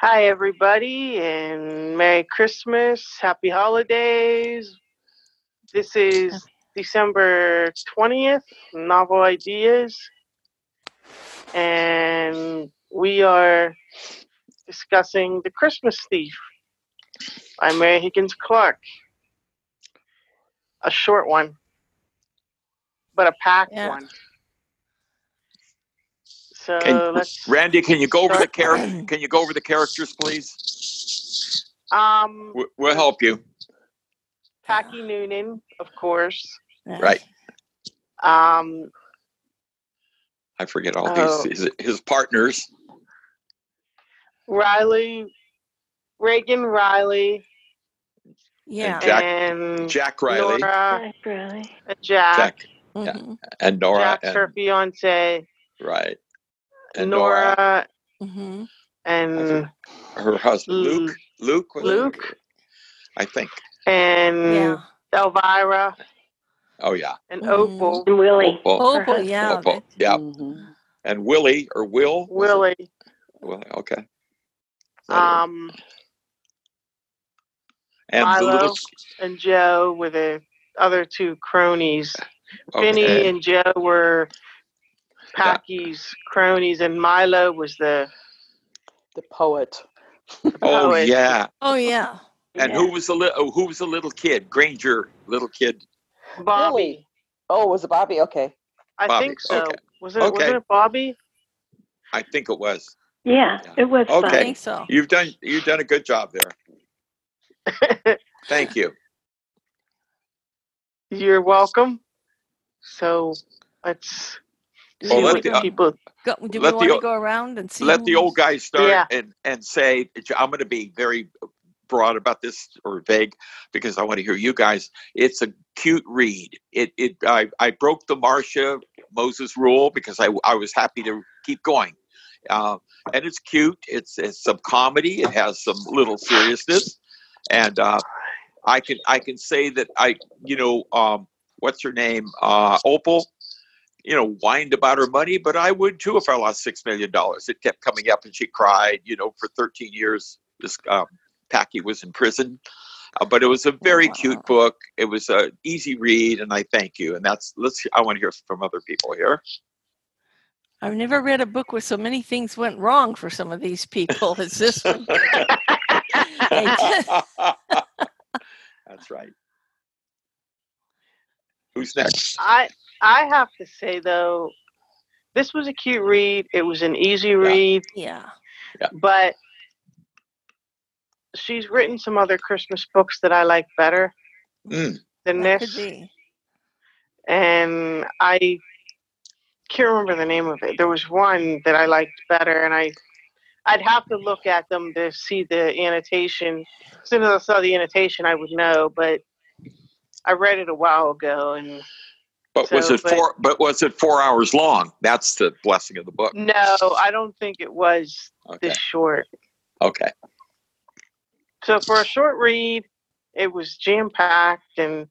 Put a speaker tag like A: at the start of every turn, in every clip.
A: Hi, everybody, and Merry Christmas. Happy Holidays. This is December 20th, Novel Ideas, and we are discussing The Christmas Thief by Mary Higgins Clark. A short one, but a packed
B: Yeah.
A: one. So
C: Can-
A: let's.
C: Randy, can you go over the
A: start-
C: character? Can you go over the characters, please?
A: Um,
C: We- We'll help you.
A: Packy Noonan, of course.
C: Right.
A: Um,
C: I forget all
A: Oh.
C: these his, his partners.
A: Riley, Reagan Riley,
B: Yeah.
C: Jack-
A: and
C: Jack Riley,
A: Nora,
D: Jack Riley.
A: and Jack, Jack,
C: Jack,
B: Mhm.
C: and Nora, and,
A: her fiance,
C: right, and Nora,
A: Nora,
C: Mm.
B: Mhm.
A: and
C: her husband
A: Mm.
C: Luke. Luke. was it?
A: Luke,
C: I think.
A: and
B: Yeah.
A: Elvira,
C: Oh yeah.
A: and
B: Mhm.
A: Opal,
D: And Willie.
C: Well,
B: Oh,
D: Her
B: boy,
D: husband.
B: yeah.
C: well, well, yeah.
E: Mhm.
C: And Willie or Will. was it?
A: Mm-hmm. Willie.
C: Willie, Okay.
A: Um,
C: and the
A: Milo
C: little
A: and Joe were the other two cronies. Vinny
C: okay.
A: and Joe were
C: Yeah.
A: Packy's cronies, and Milo was the
E: The poet.
C: Oh
A: poet.
C: yeah.
B: Oh, yeah.
C: And who was the little? Who was the little kid? Granger, little kid.
A: Bobby.
E: Really? Oh, was it Bobby? Okay.
A: I
C: Bobby,
A: think so.
C: okay.
A: Was it?
C: Okay.
A: Wasn't it Bobby?
C: I think it was.
D: Yeah,
C: Yeah.
D: it was
B: I
C: Okay.
D: fun.
B: think so.
C: You've done. You've done a good job there. Thank you.
A: You're welcome. So let's see
C: Well, let
A: what
C: the- uh,
A: people.
B: Go, do we
C: Let the
B: want to
C: o-
B: go around and see?
C: Let the
B: who's-
C: old guy start
A: Yeah.
C: and and say I'm going to be very broad about this or vague because I want to hear you guys. It's a cute read. It it I I broke the Marcia Moses rule because I I was happy to keep going. Uh, and it's cute. It's it's some comedy. It has some little seriousness, and uh, I can I can say that I you know um, what's her name uh, Opal, you know whined about her money, but I would too if I lost six million dollars. It kept coming up, and she cried. You know, for thirteen years, this um, Packy was in prison. Uh, but it was a very cute book. It was a easy read, and I thank you. And that's let's. I want to hear from other people here.
B: I've never read a book where so many things went wrong for some of these people as this one. They just-
C: That's right. Who's next?
A: I I have to say though, this was a cute read. It was an easy read,
B: yeah.
A: but she's written some other Christmas books that I like better
C: Mm,
A: than
B: that
A: this,
B: Could be.
A: and I can't remember the name of it. There was one that I liked better, and I. I'd have to look at them to see the annotation. As soon as I saw the annotation, I would know. But I read it a while ago, and
C: but was
A: So,
C: it
A: but-
C: four? But was it four hours long? That's the blessing of the book.
A: no, I don't think it was
C: Okay.
A: this short.
C: Okay.
A: So for a short read, it was jam packed, and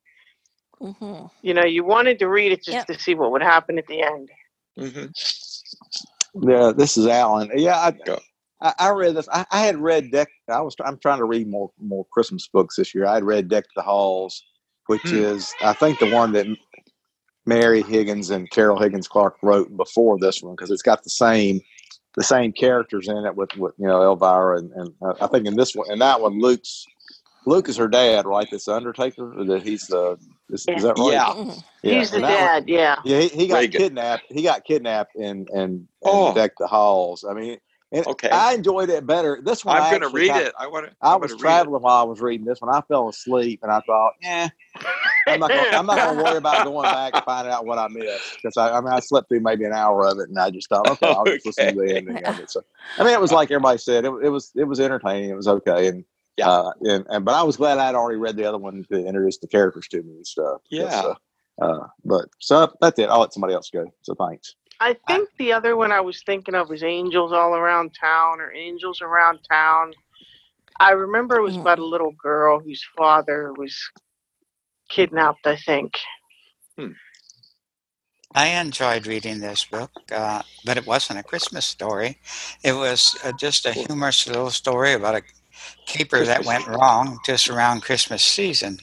B: hmm
A: you know you wanted to read it just
B: Yep.
A: to see what would happen at the end.
C: hmm
F: Yeah, this is Alan. Yeah, I,
C: Go.
F: I, I read this. I, I had read Deck. I was. I'm trying to read more more Christmas books this year. I had read Deck the Halls, which
C: Hmm.
F: is I think the one that Mary Higgins and Carol Higgins Clark wrote before this one because it's got the same the same characters in it with, with you know Elvira and, and uh, I think in this one and that one Luke's Luke is her dad, right? This Undertaker. or That he's the. Is, is that right?
C: Yeah.
B: mm-hmm.
A: He's the
F: and that one-
A: dad, yeah.
F: yeah, he, he got
C: Reagan.
F: kidnapped. He got kidnapped and and,
C: Oh.
F: and decked the halls. I mean, and
C: Okay.
F: I enjoyed it better. This one, I
C: I'm going to
F: actually
C: read
F: got-
C: it. I want to.
F: I was traveling while I was reading this one. I fell asleep and I thought, eh, I'm not. Gonna, I'm not going to worry about going back and finding out what I missed because I, I mean, I slept through maybe an hour of it and I just thought, okay, I'll just listen to the ending of it. So, I mean, it was like everybody said, it, it was it was entertaining. It was okay, and
C: Yeah.
F: uh, and, and but I was glad I'd already read the other one to introduce the characters to me and stuff.
C: Yeah.
F: So, uh, but so that's it. I'll let somebody else go. So thanks.
A: I think the other one I was thinking of was Angels All Around Town or Angels Around Town. I remember it was
B: Mm.
A: about a little girl whose father was kidnapped, I think.
C: Hmm.
D: I enjoyed reading this book, uh, but it wasn't a Christmas story. It was uh, just a humorous little story about a caper that went wrong just around Christmas season.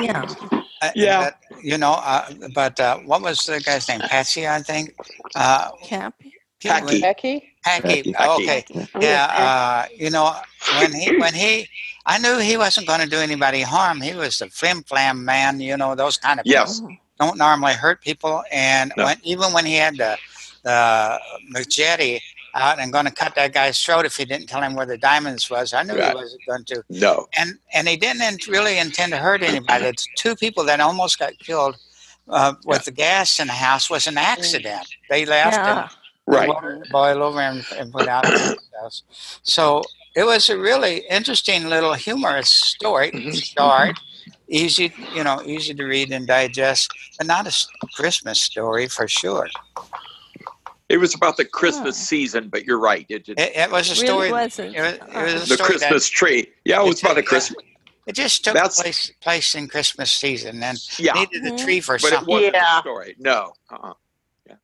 B: Yeah.
D: Uh,
C: Yeah.
D: But, you know, uh, but uh, what was the guy's name? Patsy, I think. Uh,
B: Cap.
D: he was-
C: Packy.
E: Becky?
D: Packy.
F: Packy.
D: Okay.
F: Yeah.
D: Yeah. Uh, you know, when he when he, I knew he wasn't going to do anybody harm. He was a flim flam man. You know, those kind of
C: Yes.
B: Mhm.
D: don't normally hurt people. And
C: No.
D: when, even when he had the, the machete out and going to cut that guy's throat if he didn't tell him where the diamonds was, I knew
C: Right.
D: he wasn't going to.
C: No.
D: And and he didn't int- really intend to hurt anybody. The two people that almost got killed uh, with the gas in the house was an accident. They left and
B: Yeah.
D: the
C: Right.
D: water would boil over and, and put out themselves. So it was a really interesting little humorous story
C: Mhm.
D: start. Easy, you know, easy to read and digest, but not a s- Christmas story for sure.
C: It was about the Christmas
B: Hmm.
C: season, but you're right. It, it,
D: It, it was a
B: Really
D: story.
B: wasn't.
D: It was, it was a
C: the
D: story that
C: Christmas tree. Yeah, it was about the Christmas.
D: it just took
C: That's-
D: place place in Christmas season and
C: Yeah,
D: needed a
B: Mhm.
D: tree for
C: but it
D: something.
C: wasn't
A: Yeah.
C: a story. No. Uh-uh. Yeah.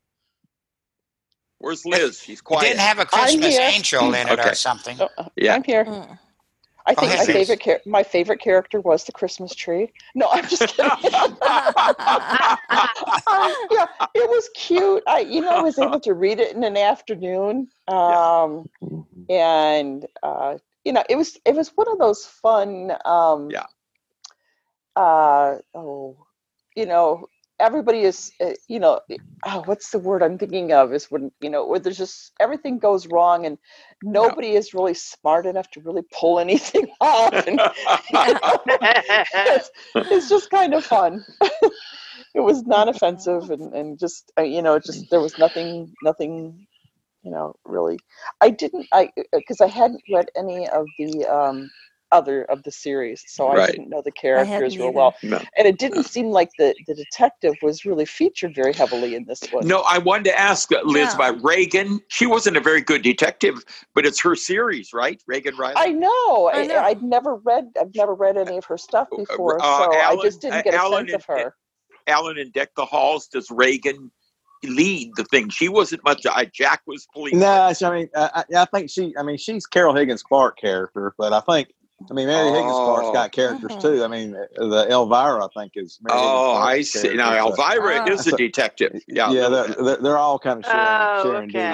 C: Where's Liz? She's
D: It
C: quiet.
D: didn't have a Christmas
E: here.
D: angel in it
C: Mm, Okay.
D: or something.
E: Oh, uh,
C: yeah.
E: I'm here.
B: Mm.
E: I
D: Go
E: think
D: ahead,
E: my
D: Liz.
E: favorite char- my favorite character was the Christmas tree. No, I'm just kidding. um, yeah, it was cute. I, you know, I was able to read it in an afternoon.
C: Yeah.
E: Um,
F: Mm-hmm.
E: and uh, you know, it was it was one of those fun. Um,
C: Yeah.
E: Uh, oh, you know, everybody is. Uh, you know, oh, what's the word I'm thinking of? Is when you know, where there's just everything goes wrong, and nobody is really smart enough to really pull anything off. And, it's, it's just kind of fun. it was non-offensive and, and just uh, you know just there was nothing nothing you know really i didn't i because i hadn't read any of the um other of the series so i
C: Right.
E: didn't know the
B: I
E: characters
B: hadn't
E: real
B: either.
E: well
C: No.
E: and it didn't seem like the the detective was really featured very heavily in this one
C: No, I wanted to ask Liz
B: No.
C: about Reagan. She wasn't a very good detective, but it's her series, right? Reagan Riley.
E: i know
B: I
E: I,
B: know.
E: i'd never read i've never read any of her stuff
C: Uh,
E: before
C: uh,
E: so i
C: Alan-
E: just
C: uh,
E: didn't get a
C: Alan
E: sense of
C: and-
E: her
C: Alan and Deck the Halls does Reagan lead the thing. She wasn't much. I, Jack was police.
F: No, she- I mean, uh, I, I I think she. I mean, she's Carol Higgins Clark character, but I think, I mean, Mary Higgins Clark's
C: Oh.
F: got characters
B: Mhm.
F: too. I mean, uh, the Elvira, I think, is Mary
C: Oh, I
F: Higgins Clark's
C: see.
F: character.
C: Now
F: so-
C: Elvira
B: Ah.
C: is a detective. Yeah. a
F: yeah,
C: little
F: they're,
C: bit.
F: they're, they're all kind of sharing,
A: Oh,
F: sharing
A: okay.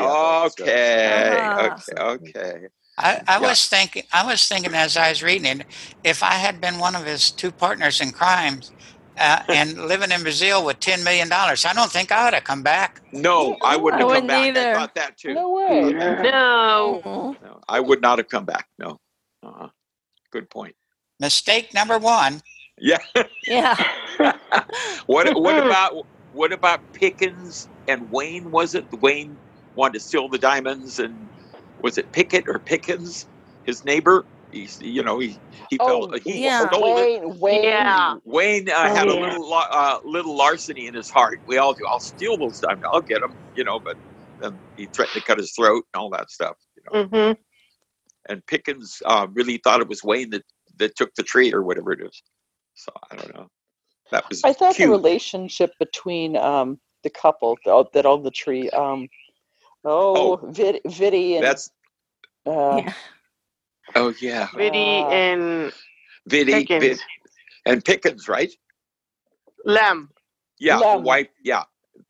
F: duty. I think, so.
C: Okay.
B: Ah.
C: Okay. Okay.
D: I,
C: Yeah.
D: I was thinking I was thinking as I was reading it, if I had been one of his two partners in crime uh, and living in Brazil with ten million dollars, I don't think I ought to come back.
C: No, I
B: I
C: wouldn't have
E: no
C: come
B: wouldn't
C: back. I
B: either.
C: thought that too.
E: no
C: I
E: way
C: thought that too.
A: No.
B: Mhm.
C: No, I would not have come back. No. Uh-uh. Good point.
D: Mistake number one.
C: Yeah.
B: Yeah.
C: what What about what about Pickens and Wayne? Was it Wayne wanted to steal the diamonds and was it Pickett or Pickens, his neighbor? He's you know he he fell
E: Oh,
C: he
B: Yeah.
C: stole it.
E: Wayne, Wayne. Oh,
A: yeah.
C: Wayne uh, had a little la- uh, little larceny in his heart. We all do. I'll steal those diamonds. I'll get them. You know, but then he threatened to cut his throat and all that stuff. You know,
A: hmm
C: and Pickens uh, really thought it was Wayne that that took the tree or whatever it is. So I don't know. That was
E: I thought the
C: cute.
E: relationship between um, the couple th- that owned the tree, um, oh, Vid- Viddy and
C: That's
E: uh,
B: Yeah.
C: oh yeah,
A: Biddy
E: Uh,
A: and
C: Viddy
A: Pickens.
C: Vid, and Pickens, right?
A: Lem.
C: Yeah, the
E: Lem,
C: wife. Yeah,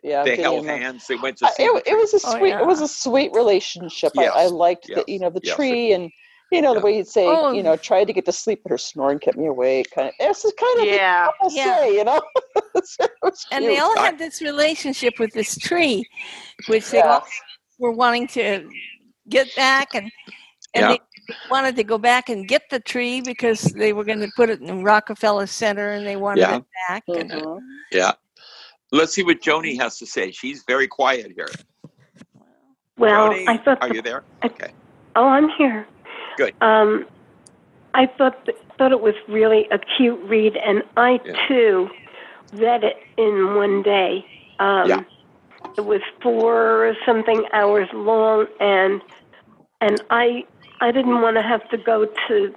E: yeah,
C: they
E: Viddy
C: held
E: and Lem.
C: hands. They went to
G: Uh,
E: I,
C: see the
E: it, it
C: tree.
E: was a
B: Oh
E: sweet, it was
B: yeah.
E: a sweet relationship. I, I
C: Yes,
E: liked the, you
C: yes,
E: know, the
C: yes.
E: tree and you know the
C: Yeah.
E: way you'd say, you
B: Oh
E: know, tried to get to sleep, but her snoring kept me awake. Kind of, it's the kind of thing
A: Yeah.
E: couples
B: Yeah.
E: say, you know. it's, it was
B: and they
E: cute.
B: all
C: I-
B: had this relationship with this tree, which they all
E: Yeah,
B: were wanting to get back, and and
C: Yeah,
B: they wanted to go back and get the tree because they were going to put it in Rockefeller Center, and they wanted
C: yeah,
B: it back. And
G: Mm-hmm.
E: hmm
C: yeah. Let's see what Joni has to say. She's very quiet here.
G: Well, I
C: Joni,
G: thought
C: are
G: the
C: you there?
G: I,
C: Okay,
G: oh, I'm here.
C: good.
G: Um, I thought th- thought it was really a cute read, and I
C: Yeah,
G: too read it in one day.
C: yeah.
G: Um, it was four or something hours long, and and I I didn't want to have to go to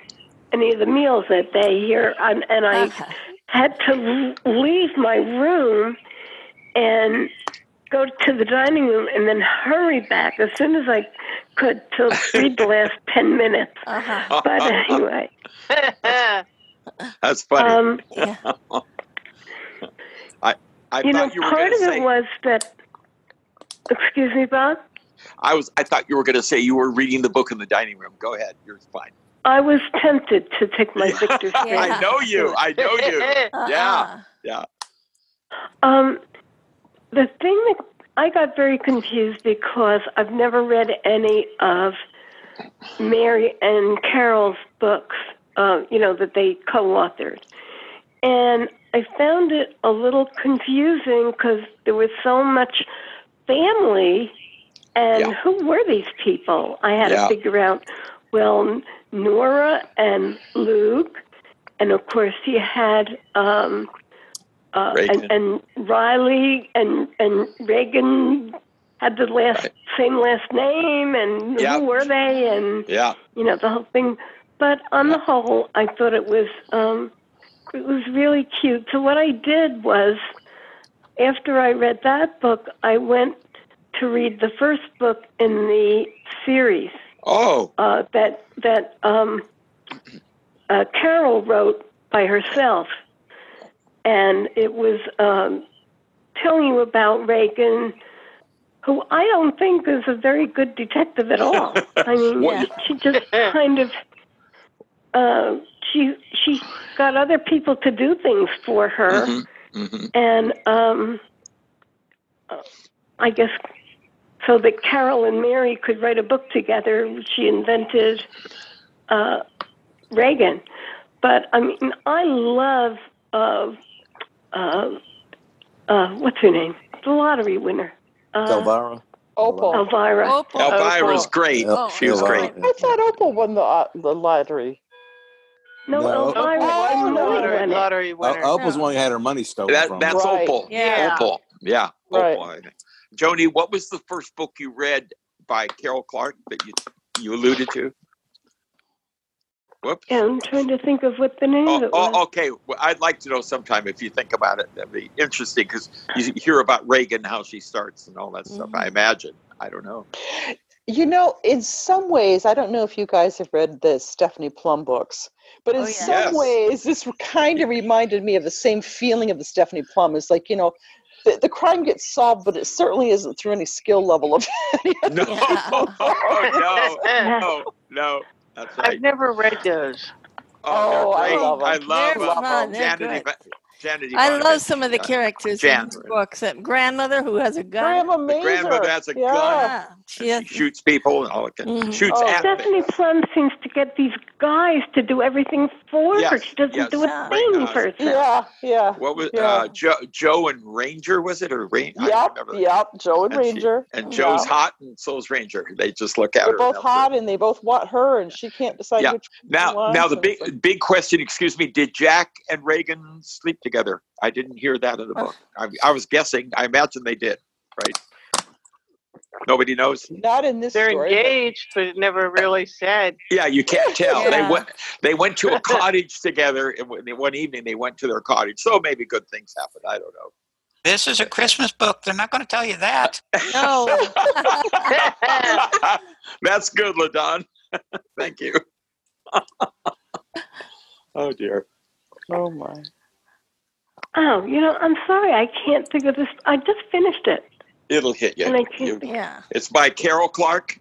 G: any of the meals that day here, and, and I
B: uh-huh.
G: had to l- leave my room and. go to the dining room and then hurry back as soon as I could to read the last 10 minutes.
B: Uh-huh.
C: Uh,
G: But uh, anyway,
C: That's funny.
G: um,
B: Yeah.
C: I
G: you know,
C: thought you were
G: part
C: going
G: of
C: to say.
G: it was that, excuse me, Bob,
C: I was. I thought you were going to say you were reading the book in the dining room. Go ahead. You're fine.
G: I was tempted to take my Victor Street.
C: I know you. I know you. Yeah.
B: Uh-uh.
G: Um, the thing that I got very confused because I've never read any of Mary and Carol's books, uh, you know, that they co authored. And I found it a little confusing because there was so much family, and
C: Yeah.
G: who were these people? I had
C: Yeah.
G: to figure out, well, Nora and Luke, and of course, you had. Um, uh,
C: Reagan.
G: and, and Riley and and Reagan had the last
C: Right.
G: same last name, and
C: Yeah.
G: who were they, and
C: Yeah.
G: you know the whole thing. But on the whole, I thought it was um, it was really cute. So what I did was, after I read that book, I went to read the first book in the series
C: Oh.
G: uh, that that um, uh, Carol wrote by herself, and it was um, telling you about Reagan, who I don't think is a very good detective at all. I mean,
C: What-
B: Yeah.
G: she just kind of uh, she she got other people to do things for her,
C: Mhm. Mhm.
G: and um, uh, I guess. So that Carol and Mary could write a book together, she invented uh, Reagan. But I mean, I love uh, uh, uh, what's her name? The lottery winner, uh,
F: Elvira.
E: Opal.
G: Elvira.
B: Opal.
C: Elvira's
E: Oh,
C: great.
B: Oh,
C: she was
B: Elvira.
C: great.
F: yeah.
E: I thought Opal won the, uh, the lottery.
G: No,
F: No, Opal.
G: Elvira.
E: Oh,
G: Molly
E: no.
A: lottery,
G: won it.
A: lottery winner.
C: Oh,
F: Opal's
B: No.
F: the one who had her money stolen
C: That,
F: from.
C: that's
E: Right.
C: Opal.
B: Yeah.
C: Opal. Yeah.
E: Right.
C: Opal. I think. Joni, what was the first book you read by Carol Clark that you you alluded to?
G: Yeah,
C: Whoops.
G: I'm trying to think of what the name of
C: Oh,
G: it was.
C: oh, okay. Well, I'd like to know sometime if you think about it. That'd be interesting because you hear about Reagan, how she starts, and all that stuff. I
B: Mhm.
C: imagine. I don't know.
E: You know, in some ways, I don't know if you guys have read the Stephanie Plum books, but in
B: Oh, yeah.
E: some
C: Yes.
E: ways, this kind of reminded me of the same feeling of the Stephanie Plum. It's like, you know, the, the crime gets solved, but it certainly isn't through any skill level of any of
C: No,
B: Yeah.
C: no,
G: Yeah.
C: oh, no, no. That's
A: I've
C: right.
A: never read those.
C: Oh, they're
E: Oh, I
C: great.
E: love 'em.
C: I love
B: They're
C: them.
E: Love 'em.
B: fun. They're
C: Janet,
B: good.
C: Iva- Janet
B: I love
C: Ivanovich,
B: some of the
C: uh,
B: characters in
C: Jan,
B: these books. That grandmother who has a gun.
E: Grandma
C: the grandmother
E: Mazer.
C: has a gun
E: Yeah.
B: Yeah. She has.
C: and she shoots people and all that. kind-
B: Mhm.
C: Shoots
E: Oh,
C: at
G: Stephanie
C: things.
G: Plum seems to get these guys to do everything for her.
C: Yes,
G: She doesn't
C: yes.
G: do a
B: Yeah.
C: Rain,
G: thing
C: uh,
G: for herself.
E: Yeah. Yeah.
C: what was
E: Yeah.
C: uh, Joe? Joe and Ranger was it or Rain? I don't
E: Yep.
C: remember.
E: Yep. Joe and
C: And she
E: Ranger.
C: and Joe's
E: Yeah.
C: hot and so's Ranger. They just look at
E: They're
C: her. and
E: both
C: that's it.
E: hot and they both want her, and she can't decide
C: Yeah.
E: which
C: Now,
E: one she wants.
C: now the
E: and it's like-
C: big, big question. Excuse me. Did Jack and Reagan sleep together? I didn't hear that in the
B: Oh.
C: book. I, I was guessing. I imagine they did. Right? Nobody knows.
E: Not in this
A: They're
E: story, but
A: engaged, but it never really said.
C: Yeah, you can't tell. They
B: Yeah.
C: went. They went to a cottage together, and one one evening they went to their cottage. So maybe good things happened. I don't know.
D: This is a Christmas book. They're not going to tell you that.
B: No.
C: That's good, Ladon. Thank you. Oh dear.
E: oh my.
G: Oh, you know, I'm sorry. I can't think of this. I just finished it,
C: It'll hit
G: and
C: you.
G: I can't
C: you
G: think.
B: yeah.
C: it's by Carol Clark,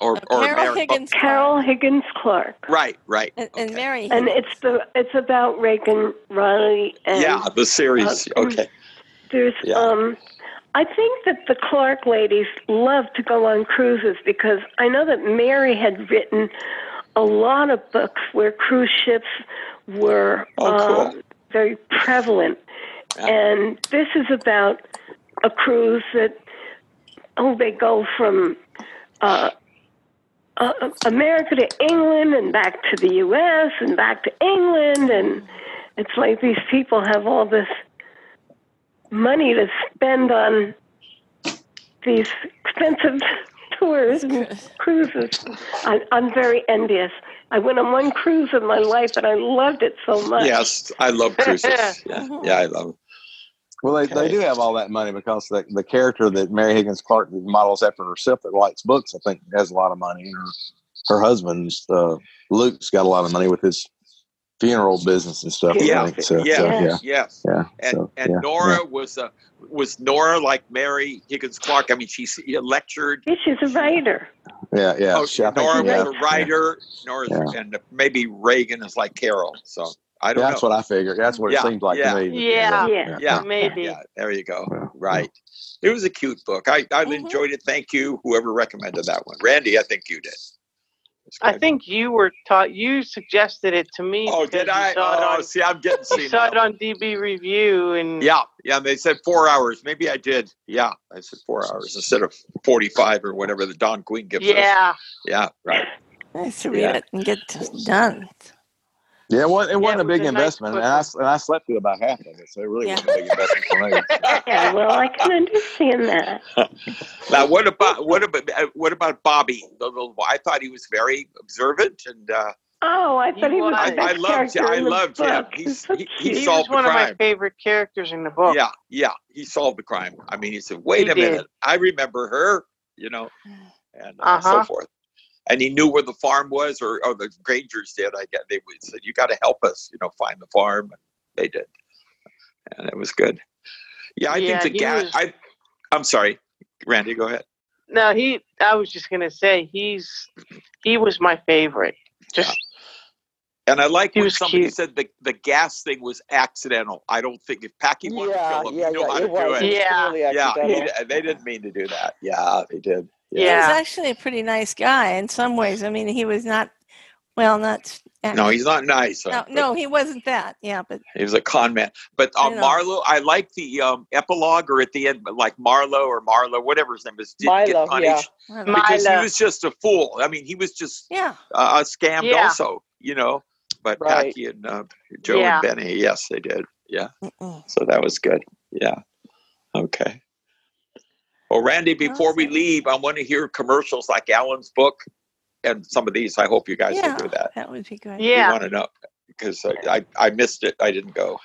C: or
B: Uh,
C: or
B: Carol
C: Mary. oh,
B: Higgins Clark
G: Carol Higgins Clark.
C: right, right.
B: and, and
C: Okay.
B: Mary
G: and
B: Higgins.
G: it's the it's about Reagan Riley and
C: Yeah, the series.
G: uh,
C: Okay.
G: there's
C: Yeah.
G: um I think that the Clark ladies love to go on cruises because I know that Mary had written a lot of books where cruise ships were
C: Oh, cool.
G: um, very prevalent,
C: Yeah.
G: and this is about a cruise that oh they go from uh, uh, America to England and back to the U.S. and back to England, and it's like these people have all this money to spend on these expensive
B: It's
G: tours and
B: cr-
G: cruises. I, I'm very envious. I went on one cruise in my life, and I loved it so much.
C: Yes, I love cruises. Yeah,
B: Mhm.
C: yeah, I love.
F: Well, they, they
C: Okay.
F: do have all that money because the, the character that Mary Higgins Clark models after herself that writes books, I think, has a lot of money. And her, her husband's uh, Luke's got a lot of money with his funeral business and stuff. I
C: Yeah.
F: think. So, so,
C: Yes.
F: yeah,
C: Yes.
F: yeah.
C: and,
F: so,
C: and
F: yeah,
C: Nora was a was Nora like Mary Higgins Clark? I mean, she s- lectured.
G: Yeah, she's a writer.
F: yeah, yeah.
C: oh,
F: She- I think-
C: Nora
F: yeah,
C: was a writer. Nora's and maybe Reagan is like Carol. So I
F: yeah,
C: don't
F: that's
C: know.
F: what I figured. That's what
C: Yeah,
F: it seems like
C: yeah.
F: to me.
A: Yeah.
G: Yeah.
C: yeah,
A: Maybe.
C: yeah. There you go.
F: yeah.
C: Right. It was a cute book. I I
A: Mm-hmm.
B: Mhm.
C: enjoyed it. Thank you, whoever recommended that one. Randy, I think you did. It's
A: I
C: good.
A: think you were taught. You suggested it to me.
C: Oh,
A: because
C: did
A: you
C: I?
A: Saw
C: Oh,
A: it
C: see, I'm getting
A: on, you saw it
C: senile.
A: on DB review and
C: Yeah, yeah. They said four hours. Maybe I did. Yeah, I said four hours instead of forty-five or whatever the Don Queen gives us.
A: yeah.
C: Yeah, right.
B: Nice to read
C: Yeah.
B: it and get this done.
F: Yeah, it wasn't, it wasn't
A: it
F: a
A: was
F: big
A: a nice
F: investment, and I, s- and I slept through about half of it, so it really
B: Yeah.
F: wasn't a big investment for me.
G: Yeah, well, I can understand that.
C: Now, what about what about uh, what about Bobby? The little boy? I thought he was very observant, and uh,
G: Oh, I
A: He
G: thought he was
A: was.
G: the best
C: I loved.
G: character
C: I
G: in the
C: loved him.
G: book.
C: He's,
G: so
C: he, he
G: cute.
A: He was
C: solved the
A: one of my
C: crime.
A: favorite characters in the book.
C: Yeah, yeah. He solved the crime. I mean, he said, "Wait
A: He
C: a
A: did.
C: minute, I remember her," you know, and uh, so
A: Uh-huh.
C: forth. And he knew where the farm was, or, or the Grangers did. I guess they would said, "You got to help us," you know, find the farm. And they did, and it was good. Yeah, I
A: Yeah,
C: think the
A: he
C: gas.
A: was-
C: I, I'm sorry, Randy. Go ahead.
A: No, he. I was just gonna say he's he was my favorite. Just
C: And I like
A: He
C: when
A: was
C: somebody
A: cute.
C: said the, the gas thing was accidental. I don't think if Packy wanted to
E: yeah,
C: kill him,
E: yeah,
C: he knew how
E: yeah.
C: to
E: It was.
C: do
E: It
C: it.
E: was
A: Yeah.
E: clearly
C: Yeah,
E: accidental.
C: he- they didn't mean to do that. Yeah, they did.
B: He was
A: Yeah.
B: actually pretty nice guy in some ways. I mean, he was not, well, not.
C: No, he's not nice.
B: no,
C: huh?
B: no, he wasn't that. Yeah, but
C: He was a con man. But
B: I
C: uh,
B: know.
C: Marlowe, I like the um, epilogue or at the end, but like Marlowe or Marlowe, whatever his name is, did
E: Milo,
C: get punished
B: I don't know.
C: because he
A: Milo.
C: was just a fool. I mean, he was just
B: yeah,
C: uh, scammed
A: Yeah.
C: also, you know. But
E: Right.
C: Packy and uh, Joe
A: Yeah.
C: and Benny, yes, they did. Yeah.
B: Mm-mm.
C: So that was good. Yeah. Okay. Well, Randy, before we
B: Awesome.
C: leave, I want to hear commercials like Alan's book and some of these. I hope you guys
B: yeah,
C: will do that.
B: that would be good.
C: We
A: Yeah.
C: want to know because I, I, I missed it. I didn't go.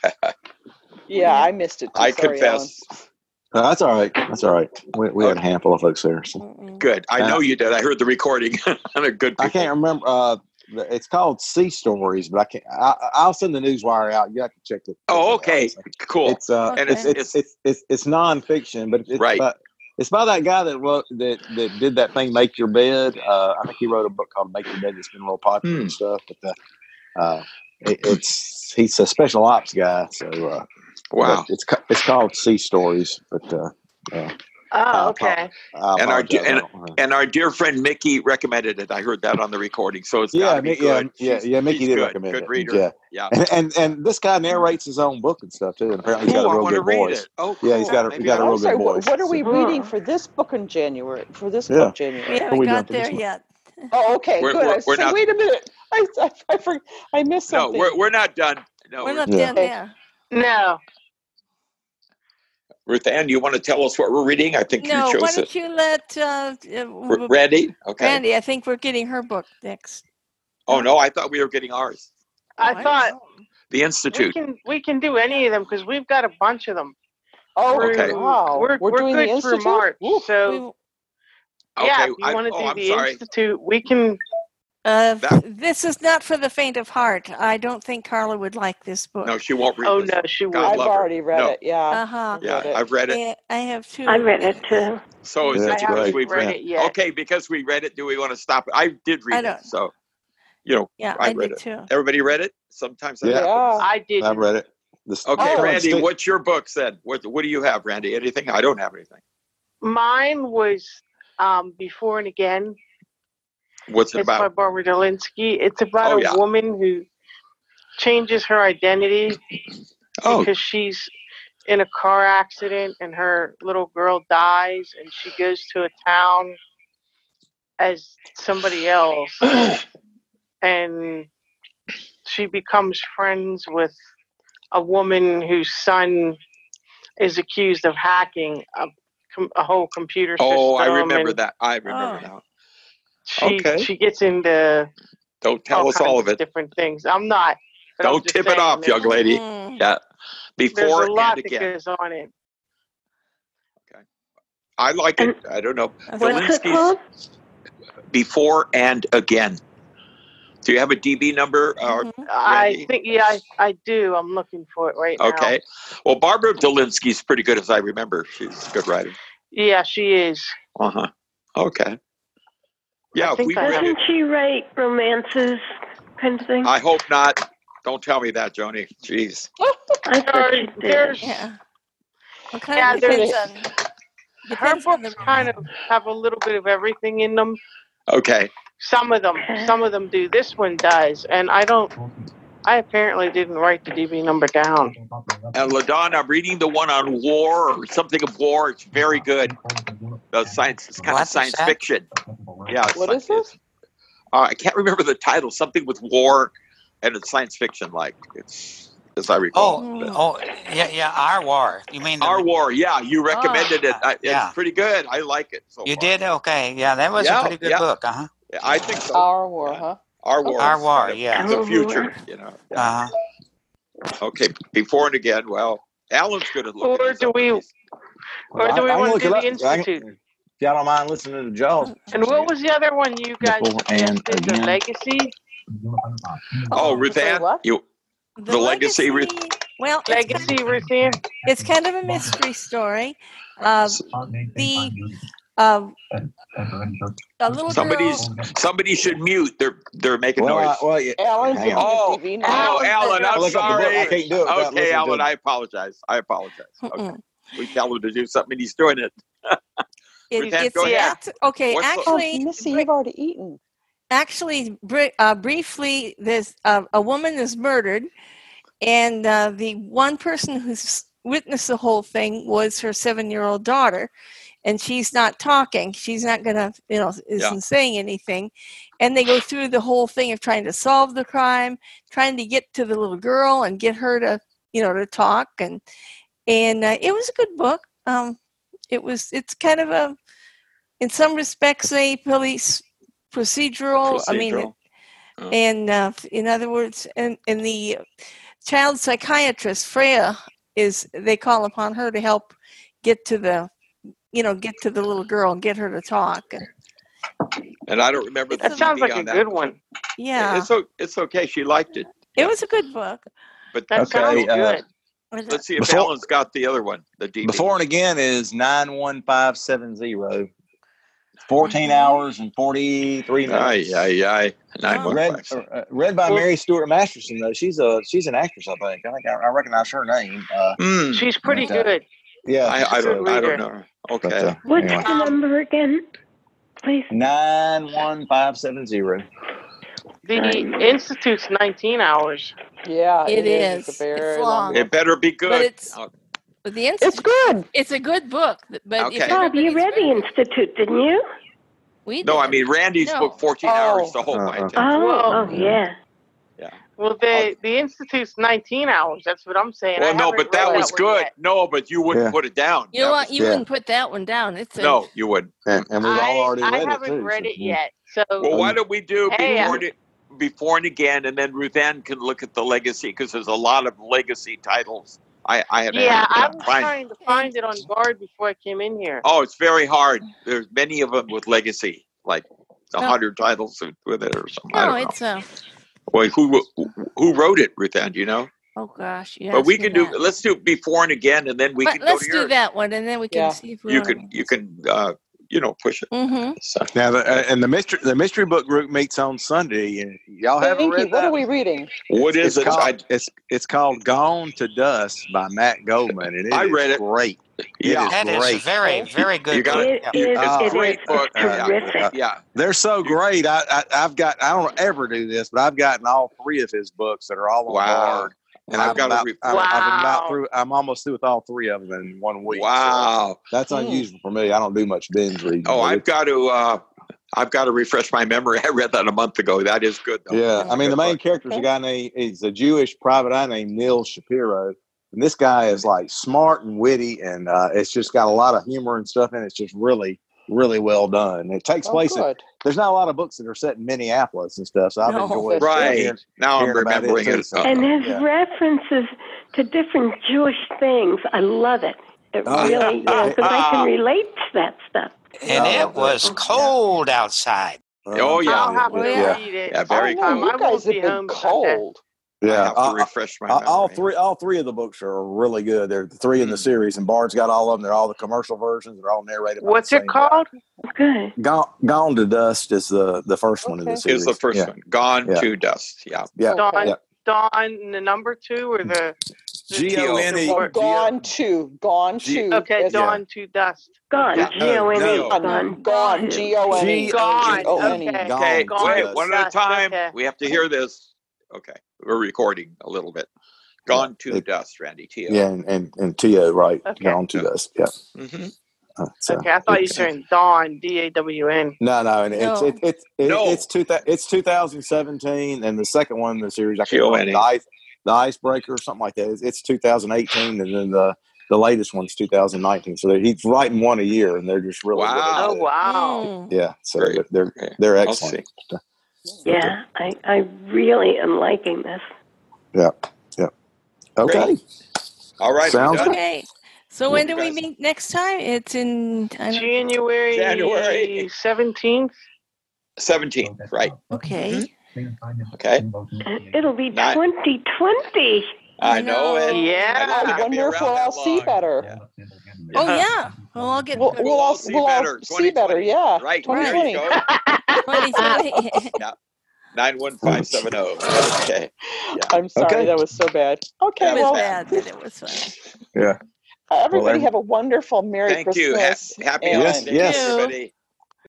B: Mm-hmm.
E: Yeah, I missed it. Too.
C: I
E: Sorry, Alan.
C: confess.
F: No, that's all right. That's all right. We, we had a
C: Okay.
F: handful of folks there. So.
B: Mm-mm.
C: Good. I
F: Uh,
C: know you did. I heard the recording. I'm a good people.
F: I can't remember. Uh, the- it's called Sea Stories, but I can't. I, I- I'll send the newswire out. You have to check it. uh,
C: Oh, okay. Cool.
F: It's uh,
B: Okay.
C: And it's,
F: it's it's it's it's nonfiction, but it's
C: Right.
F: by, it's by that guy that wrote that that did that thing, Make Your Bed. Uh, I think he wrote a book called Make Your Bed that's been real popular
C: Hmm.
F: and stuff. But the, uh, it, it's he's a special ops guy, so uh,
C: wow.
F: but it's ca- it's called Sea Stories, but uh, uh,
A: Oh, okay.
F: I
C: And our-
F: apologize. I
C: and-
F: don't remember.
C: And our dear friend Mickey recommended it. I heard that on the recording. So it's got
F: Yeah,
C: to be
F: Mi- yeah,
C: good.
F: yeah,
C: She's-
F: yeah. Mickey
C: she's
F: did
C: good.
F: recommend
C: Good
F: it.
C: reader.
F: Yeah,
C: Yeah.
F: and, and and this guy narrates his own book and stuff too. And apparently, he's got
C: Ooh,
F: a
C: I
F: real
C: want to
F: good
C: read
F: voice.
C: it. Oh,
F: Yeah, he's
C: cool.
F: got a he
C: Maybe
F: got
C: I'll.
F: a
E: I'm
F: real
E: sorry.
F: good
E: What,
F: voice.
E: what are we
A: Hmm.
E: reading for this book in January? For this
F: Yeah.
E: book,
B: We
E: January.
B: haven't
F: we
B: got
F: doing for this
B: there
F: one?
B: yet.
E: Oh, okay,
C: We're-
E: good.
C: we're-
E: I was
C: we're
E: say,
C: not-
E: wait a minute. I I, I, for, I missed
C: No,
E: something.
C: we're, we're not done. No,
B: We're
C: we're,
B: not
F: Yeah.
B: down
E: Okay.
B: there.
A: No.
C: Ruth Ann, you want to tell us what we're reading? I think you
B: No, why
C: chose it.
B: don't you let uh, uh,
C: R- Randy? Okay.
B: Randy? I think we're getting her book next.
C: Oh, no, I thought we were getting ours.
A: I
B: Oh, don't
A: thought
B: know.
C: The
A: we
C: Institute.
A: can we can do any of them because we've got a bunch of them.
E: Oh,
A: Through,
C: Okay.
E: wow.
A: We're
E: We're doing the
A: good through
E: Institute?
A: March.
E: Woo.
A: So
B: We,
A: yeah,
C: okay.
A: if you
C: I,
A: want to
C: oh,
A: do
C: I'm
A: the
C: sorry.
A: institute, we can.
B: Uh,
C: That-
B: this is not for the faint of heart. I don't think Carla would like this book.
C: No, she won't read
A: Oh
C: this.
A: no, she
C: God
A: would.
E: I've
C: love her.
E: already read
C: No.
E: it. Yeah,
B: Uh huh.
E: I've
C: Yeah,
E: read it.
C: I've read it.
B: I, I have two.
G: I read it too.
C: So is
F: Yeah,
A: I
C: it because
F: it's
A: haven't
F: great.
C: we
A: read
F: Yeah.
A: it yet.
C: okay because we read it? Do we want to stop it? I did read
B: I
C: it,
B: don't-
C: so you know
B: Yeah,
C: I
B: I,
C: read
B: did
C: it.
B: too.
C: Everybody read it. Sometimes that
F: Yeah.
C: happens.
E: Yeah.
A: I
F: I've
A: didn't.
F: read it. This
C: Okay,
E: Oh.
F: Karen
C: Randy,
F: Ste-
C: what's your book said? What What do you have, Randy? Anything? I don't have anything.
A: Mine was um, before and again.
C: What's it
A: It's by
C: about?
A: Barbara Delinsky. It's about
C: Oh,
A: a
C: yeah.
A: woman who changes her identity
C: Oh,
A: because she's in a car accident and her little girl dies and she goes to a town as somebody else and she becomes friends with a woman whose son is accused of hacking a, com- a whole computer system.
C: oh, I remember
A: and
C: that. I remember
B: Oh.
C: now.
A: She,
C: Okay.
A: she gets into
C: Don't
A: all
C: tell us
A: kinds
C: all of it.
A: different things. I'm not. but I'm
C: Don't
A: just
C: tip it
A: saying
C: off,
A: there's-
C: young lady.
B: Mm.
C: Yeah.
A: There's
C: Before
A: a lot
C: and
A: that
C: again.
A: goes on it.
C: I like it. I don't know.
G: What's it
C: Valinsky's-
G: called?
C: Before and again. Do you have a DB number? Uh,
B: Mhm.
C: Randy?
A: I think yeah, I, I do. I'm looking for it right now.
C: Okay. Well, Barbara Dolinsky's pretty good, as I remember. She's a good writer.
A: Yeah, she is.
C: Uh huh. Okay. Yeah,
A: I think
C: we
A: I
C: read
A: have-
C: it.
G: Doesn't she write romances kind of thing? I,
C: I hope not. Don't tell me that, Joni. Jeez.
G: thought she did.
A: There's
B: Yeah. Well, kind
A: Yeah,
B: of
A: there
B: depends
A: is.
B: on,
A: her
B: depends on
A: books
B: the
A: kind of have a little bit of everything in them.
C: Okay.
A: Some of them, some of them do. This one does, and I don't. I apparently didn't write the DB number down.
C: And LaDon, I'm reading the one on war or something of war. It's very good. The science, it's kind
D: What
C: of
D: is
C: science
D: that?
C: fiction. Yeah. it's
E: What
C: like-
E: is this?
C: Uh, I can't remember the title. Something with war, and it's science fiction. Like it's as I recall.
D: Oh,
B: Mm.
D: oh, yeah, yeah. Our war. You mean the,
C: Our War, yeah, you recommended it.
D: Ah,
C: I,
D: yeah.
C: It's pretty good. I like it so
D: You
C: far.
D: did okay. Yeah, that was
C: Yeah,
D: a pretty good
C: yeah.
D: book. Uh huh.
C: I think so.
E: Our war, huh?
C: Our War.
D: Our
C: is
D: war.
C: kind of
D: yeah.
C: The
G: Our
C: future,
G: War.
C: you know. Yeah.
D: Uh huh.
C: Okay, before and again. Well, Alan's good at looking.
A: Or
C: these
A: do
C: up.
A: we- Or do we want to do the Institute?
F: If y'all don't mind listening to Jaws.
A: And what was the other one you guys
F: Before and
A: suggested? The
F: again.
A: legacy?
C: Oh,
B: Oh,
C: Ruth
E: Say
C: Ann,
E: what?
C: you
B: the,
C: the legacy
B: legacy.
C: re-
B: Well, it's kind
A: Legacy, Ruthian?
B: it's kind of a mystery story. Uh, the uh, a little girl.
C: somebody's somebody should mute. They're they're making
F: Well,
C: noise.
F: I, well, yeah,
E: Alan's
F: hang
E: looking
C: Oh,
E: at DB now.
F: on.
C: oh,
A: Alan's looking up
C: Alan, I'm
F: I look up the book. I
C: sorry.
F: can't do it without
C: Okay,
F: listening to
C: Alan,
F: it.
C: I apologize. I apologize. Okay,
B: Mm-mm.
C: we tell him to do something, and he's doing it.
B: It,
C: Ruthann,
B: it's
C: go
A: ahead.
B: act- okay.
C: What's the-
E: Oh,
B: actually,
E: Missy,
B: br-
E: you've already eaten.
B: actually, br- uh, briefly, there's uh, a woman is murdered, and uh, the one person who's witnessed the whole thing was her seven-year-old daughter, and she's not talking. She's not gonna, you know, isn't saying anything, and they go through the whole thing of trying to solve the crime, trying to get to the little girl and get her to, you know, to talk, and and uh, it was a good book. Um, it was. It's kind of a, in some respects, a police procedural. I mean,
C: procedural. Yeah.
B: and uh, in other words, and and the child psychiatrist Freya is. They call upon her to help get to the, you know, get to the little girl and get her to talk. And
C: And I don't remember
B: It's
C: the
B: a-
A: That sounds
C: DB
A: like
C: on
A: a
C: that
A: good
C: one.
A: one.
B: yeah,
C: It's o- it's okay. She liked it.
B: it was a good book.
C: But
A: That
F: Okay,
A: sounds
F: uh,
A: good.
C: let's see if
F: Before-
C: Alan's got the other one, the DB.
F: Before and again is 91570. 14
A: Mm-hmm.
B: Mhm.
F: hours and 43
C: Aye,
F: minutes.
C: aye, aye.
B: Oh.
F: Read,
C: 915.
F: uh, read by
A: Well-
F: Mary Stewart Masterson, though. She's a she's an actress, I think. I think I, I recognize her name. Uh,
C: Hmm.
A: She's pretty
F: Okay.
A: good.
F: yeah.
C: I,
A: She's a
C: I
A: good
C: don't I
A: reader.
C: don't know.
F: But,
C: Okay.
F: uh,
G: What's
F: anyway.
G: the
A: Um,
G: number again, please?
F: 91570.
A: The Institute's 19 hours.
E: Yeah,
B: It
E: is. It's
B: is.
E: a very
B: It's
E: long.
B: long.
E: book.
C: It better be good.
B: But it's-
C: Oh,
B: But the Institute,
E: It's good.
B: it's a good book. th- But if
C: Okay.
G: Bob, you
B: everybody's
G: read the
B: read it,
G: Institute, didn't you?
B: we
C: no, I
B: did.
C: mean Randy's
B: No.
C: book 14 hours
E: Oh.
C: to hold my
F: Uh-uh.
C: attention.
G: Oh,
A: Well-
G: oh yeah.
C: Yeah.
A: Well, the the Institute's 19 hours. That's what I'm saying.
C: Oh. Well,
A: I
C: no,
A: haven't
C: but
A: read
C: that was
A: one
C: good.
A: yet.
C: No, but you wouldn't
F: Yeah.
C: put it down.
B: You know
C: That
B: what? You
F: yeah.
B: wouldn't put that one down. It's
C: was-
B: a
C: no, you wouldn't.
F: And, and we've all
A: I
F: already
A: I
F: read it,
A: haven't
F: too.
A: read
F: so,
A: it
F: yeah.
A: yet.
C: Well,
A: So
F: Oh,
C: why
F: you-
C: don't we do
A: hey,
C: before
A: I,
C: and before and again, and then Ruthann can look at the legacy because there's a lot of legacy titles. I I haven't
A: yeah, I
C: had
A: was
C: find
A: trying to find it on guard before I came in here.
C: Oh, it's very hard. There's many of them with legacy, like a
B: No.
C: hundred titles with it or something.
B: no.
C: I don't know.
B: It's a
C: Wait, who who wrote it, Ruthann? Do you know?
B: oh gosh, you
C: But
B: asked
C: we
B: me
C: can do.
B: that.
C: Let's do before and again, and then we
B: but
C: can go
B: let's
C: to
B: do
C: yours.
B: that one, and then we can
E: Yeah.
B: see if we
C: You
B: want to.
C: can you can uh, you know push it.
B: Mm-hmm.
C: So,
F: Now, the, uh, and the mystery the mystery book group meets on Sunday, and y'all haven't
E: Binky,
F: read
E: what
F: that.
E: are we reading?
C: what is
F: It's
C: it?
F: called
C: I
F: it's it's called Gone to Dust by Matt Goldman, and it
C: I
F: is
C: read it.
F: great. It
C: yeah,
F: is
D: That is a
F: great.
D: very,
E: Okay.
C: you,
D: very good
C: got
D: book.
C: it.
G: It
D: Yeah.
G: is.
C: It's
F: Oh,
C: a
G: It is
C: great book. Yeah,
G: terrific.
C: yeah.
F: They're so
C: You,
F: great. I, I I've got I don't ever do this, but I've gotten all three of his books that are all on
C: wow.
F: guard, and
C: I've
F: I'm
C: got to.
F: about
C: Re-
F: I'm, I'm about
A: Wow.
F: through. I'm almost through with all three of them in one week. So
C: wow.
F: that's
A: Hmm.
E: Mm.
F: unusual for me. I don't do much binge reading,
C: Oh,
F: but
C: I've
F: it's
C: got to. Uh, I've got to refresh my memory. I read that a month ago. That is good though.
F: Yeah,
C: That's
F: I
C: a
F: mean the
C: good
F: main
C: book.
F: character is a
E: Okay.
F: guy named he's a Jewish private eye named Neil Shapiro, and this guy is like smart and witty, and uh, it's just got a lot of humor and stuff, and it's just really, really well done. And it takes
E: Oh,
F: place. In,
E: good.
F: there's not a lot of books that are set in Minneapolis and stuff, so I've
B: No.
F: enjoyed
C: Right
F: hearing,
C: now, I'm
F: hearing about it
C: remembering
F: too.
C: it.
F: So
G: And his
F: yeah,
G: references to different Jewish things. I love it. It
F: Oh, yeah.
G: really, yeah, because I
C: Ah.
G: can relate to that stuff.
D: And
F: Oh,
D: it was
G: yeah.
D: cold outside.
C: Oh, yeah.
A: I'll have to
B: Yeah.
F: yeah,
A: read it.
C: Yeah, very
A: Oh,
E: oh,
A: cool.
E: you guys have
A: I won't
E: been
A: be home that day.
E: cold.
C: I
F: yeah.
C: have
F: Uh,
C: to refresh my
F: Uh,
C: memory.
F: all three, all three of the books are really good. There are three in the
C: Mm.
F: series, and Barnes got all of them. They're all the commercial versions. They're all narrated. by
A: What's
F: the
A: it
F: same guy.
A: called?
G: Good.
F: Gone, Gone to Dust is the the first one in the
E: Okay.
C: Is
F: series.
C: the first
F: yeah,
C: one gone
F: Yeah.
C: to dust? Yeah.
F: yeah.
A: Dawn,
E: Okay.
F: Yeah.
A: Dawn, and the number two or the the
F: G O N
A: the
F: E.
E: So
A: word?
F: G-
E: gone to, gone
F: G-
E: to.
A: Okay,
E: that's-
F: Yeah.
A: Dawn to dust.
G: Gone.
C: No,
G: G O N E.
F: no.
G: Gone.
E: Gone, gone, G O N
G: G-O-N-E.
E: E. G
F: G O
A: Gone.
F: N
E: O
F: E.
E: N
A: Okay.
E: E.
C: Okay.
F: Gone
A: Gone
F: to
A: to
C: Wait.
F: Dust.
C: One at a
A: dust.
C: time.
A: Okay.
C: We have to hear this. Okay. We're recording a little bit. Gone
F: Yeah,
C: to
F: it-
C: dust, Randy Tio.
F: yeah, and and, and Tio, right?
A: Okay.
F: Gone to
C: Yeah.
F: Dust. Yeah.
C: hmm
F: Uh, so
A: Okay. I thought you
F: it's-
A: said Dawn. D A W N.
F: No, no, and it's
B: No.
F: it, it's it,
C: No.
F: it's two thou- it's 2017, and the second one in the series I can't remember
C: G-O-N-E.
F: the ice the icebreaker or something like that. It's, it's 2018, and then the the latest one's 2019. So they- he's writing one a year, and they're just really really
C: Wow.
A: Oh
F: good.
A: wow.
B: Mm.
F: Yeah, so
C: Great.
F: they're they're,
C: Okay.
F: they're
C: I'll
F: excellent.
C: see.
F: Okay.
G: Yeah, I, I really am liking this.
F: Yeah, yeah.
C: Great.
F: Okay,
C: All right. Are we
F: sounds
C: done?
F: good.
B: Okay. So
C: Love
B: when
C: you
B: do we
C: guys.
B: meet next time? It's in. I don't,
C: January
A: January seventeenth.
C: 17th. Right. Mm-hmm.
B: okay.
C: Okay.
G: It'll be
C: Not,
G: 2020.
C: I know it. I didn't
A: Yeah.
E: I
C: think I'd be
E: wonder if
C: around
E: we'll all
C: that
E: see
C: long.
E: better.
C: Yeah.
B: Oh
C: Yeah.
B: yeah. Well, I'll get
E: We'll,
B: good.
E: we'll
C: We'll
E: all
C: all see
E: we'll all
C: better.
E: see better.
C: 2020.
E: Yeah,
C: Right. There
B: Right.
C: you
E: 2020.
C: go.
B: Twenty twenty.
C: Yeah. 91570. oh. Okay. Yeah.
E: I'm sorry,
F: Okay.
E: that was so bad. Okay,
B: It
C: That
B: was
C: was
E: well, uh,
B: bad,
C: bad.
B: but it was funny.
F: Yeah. Well,
E: everybody
F: every,
E: have a wonderful Merry
C: Thank you. Ha-
E: Christmas
C: happy
E: and
F: yes,
C: holidays,
F: yes.
B: You.
C: everybody.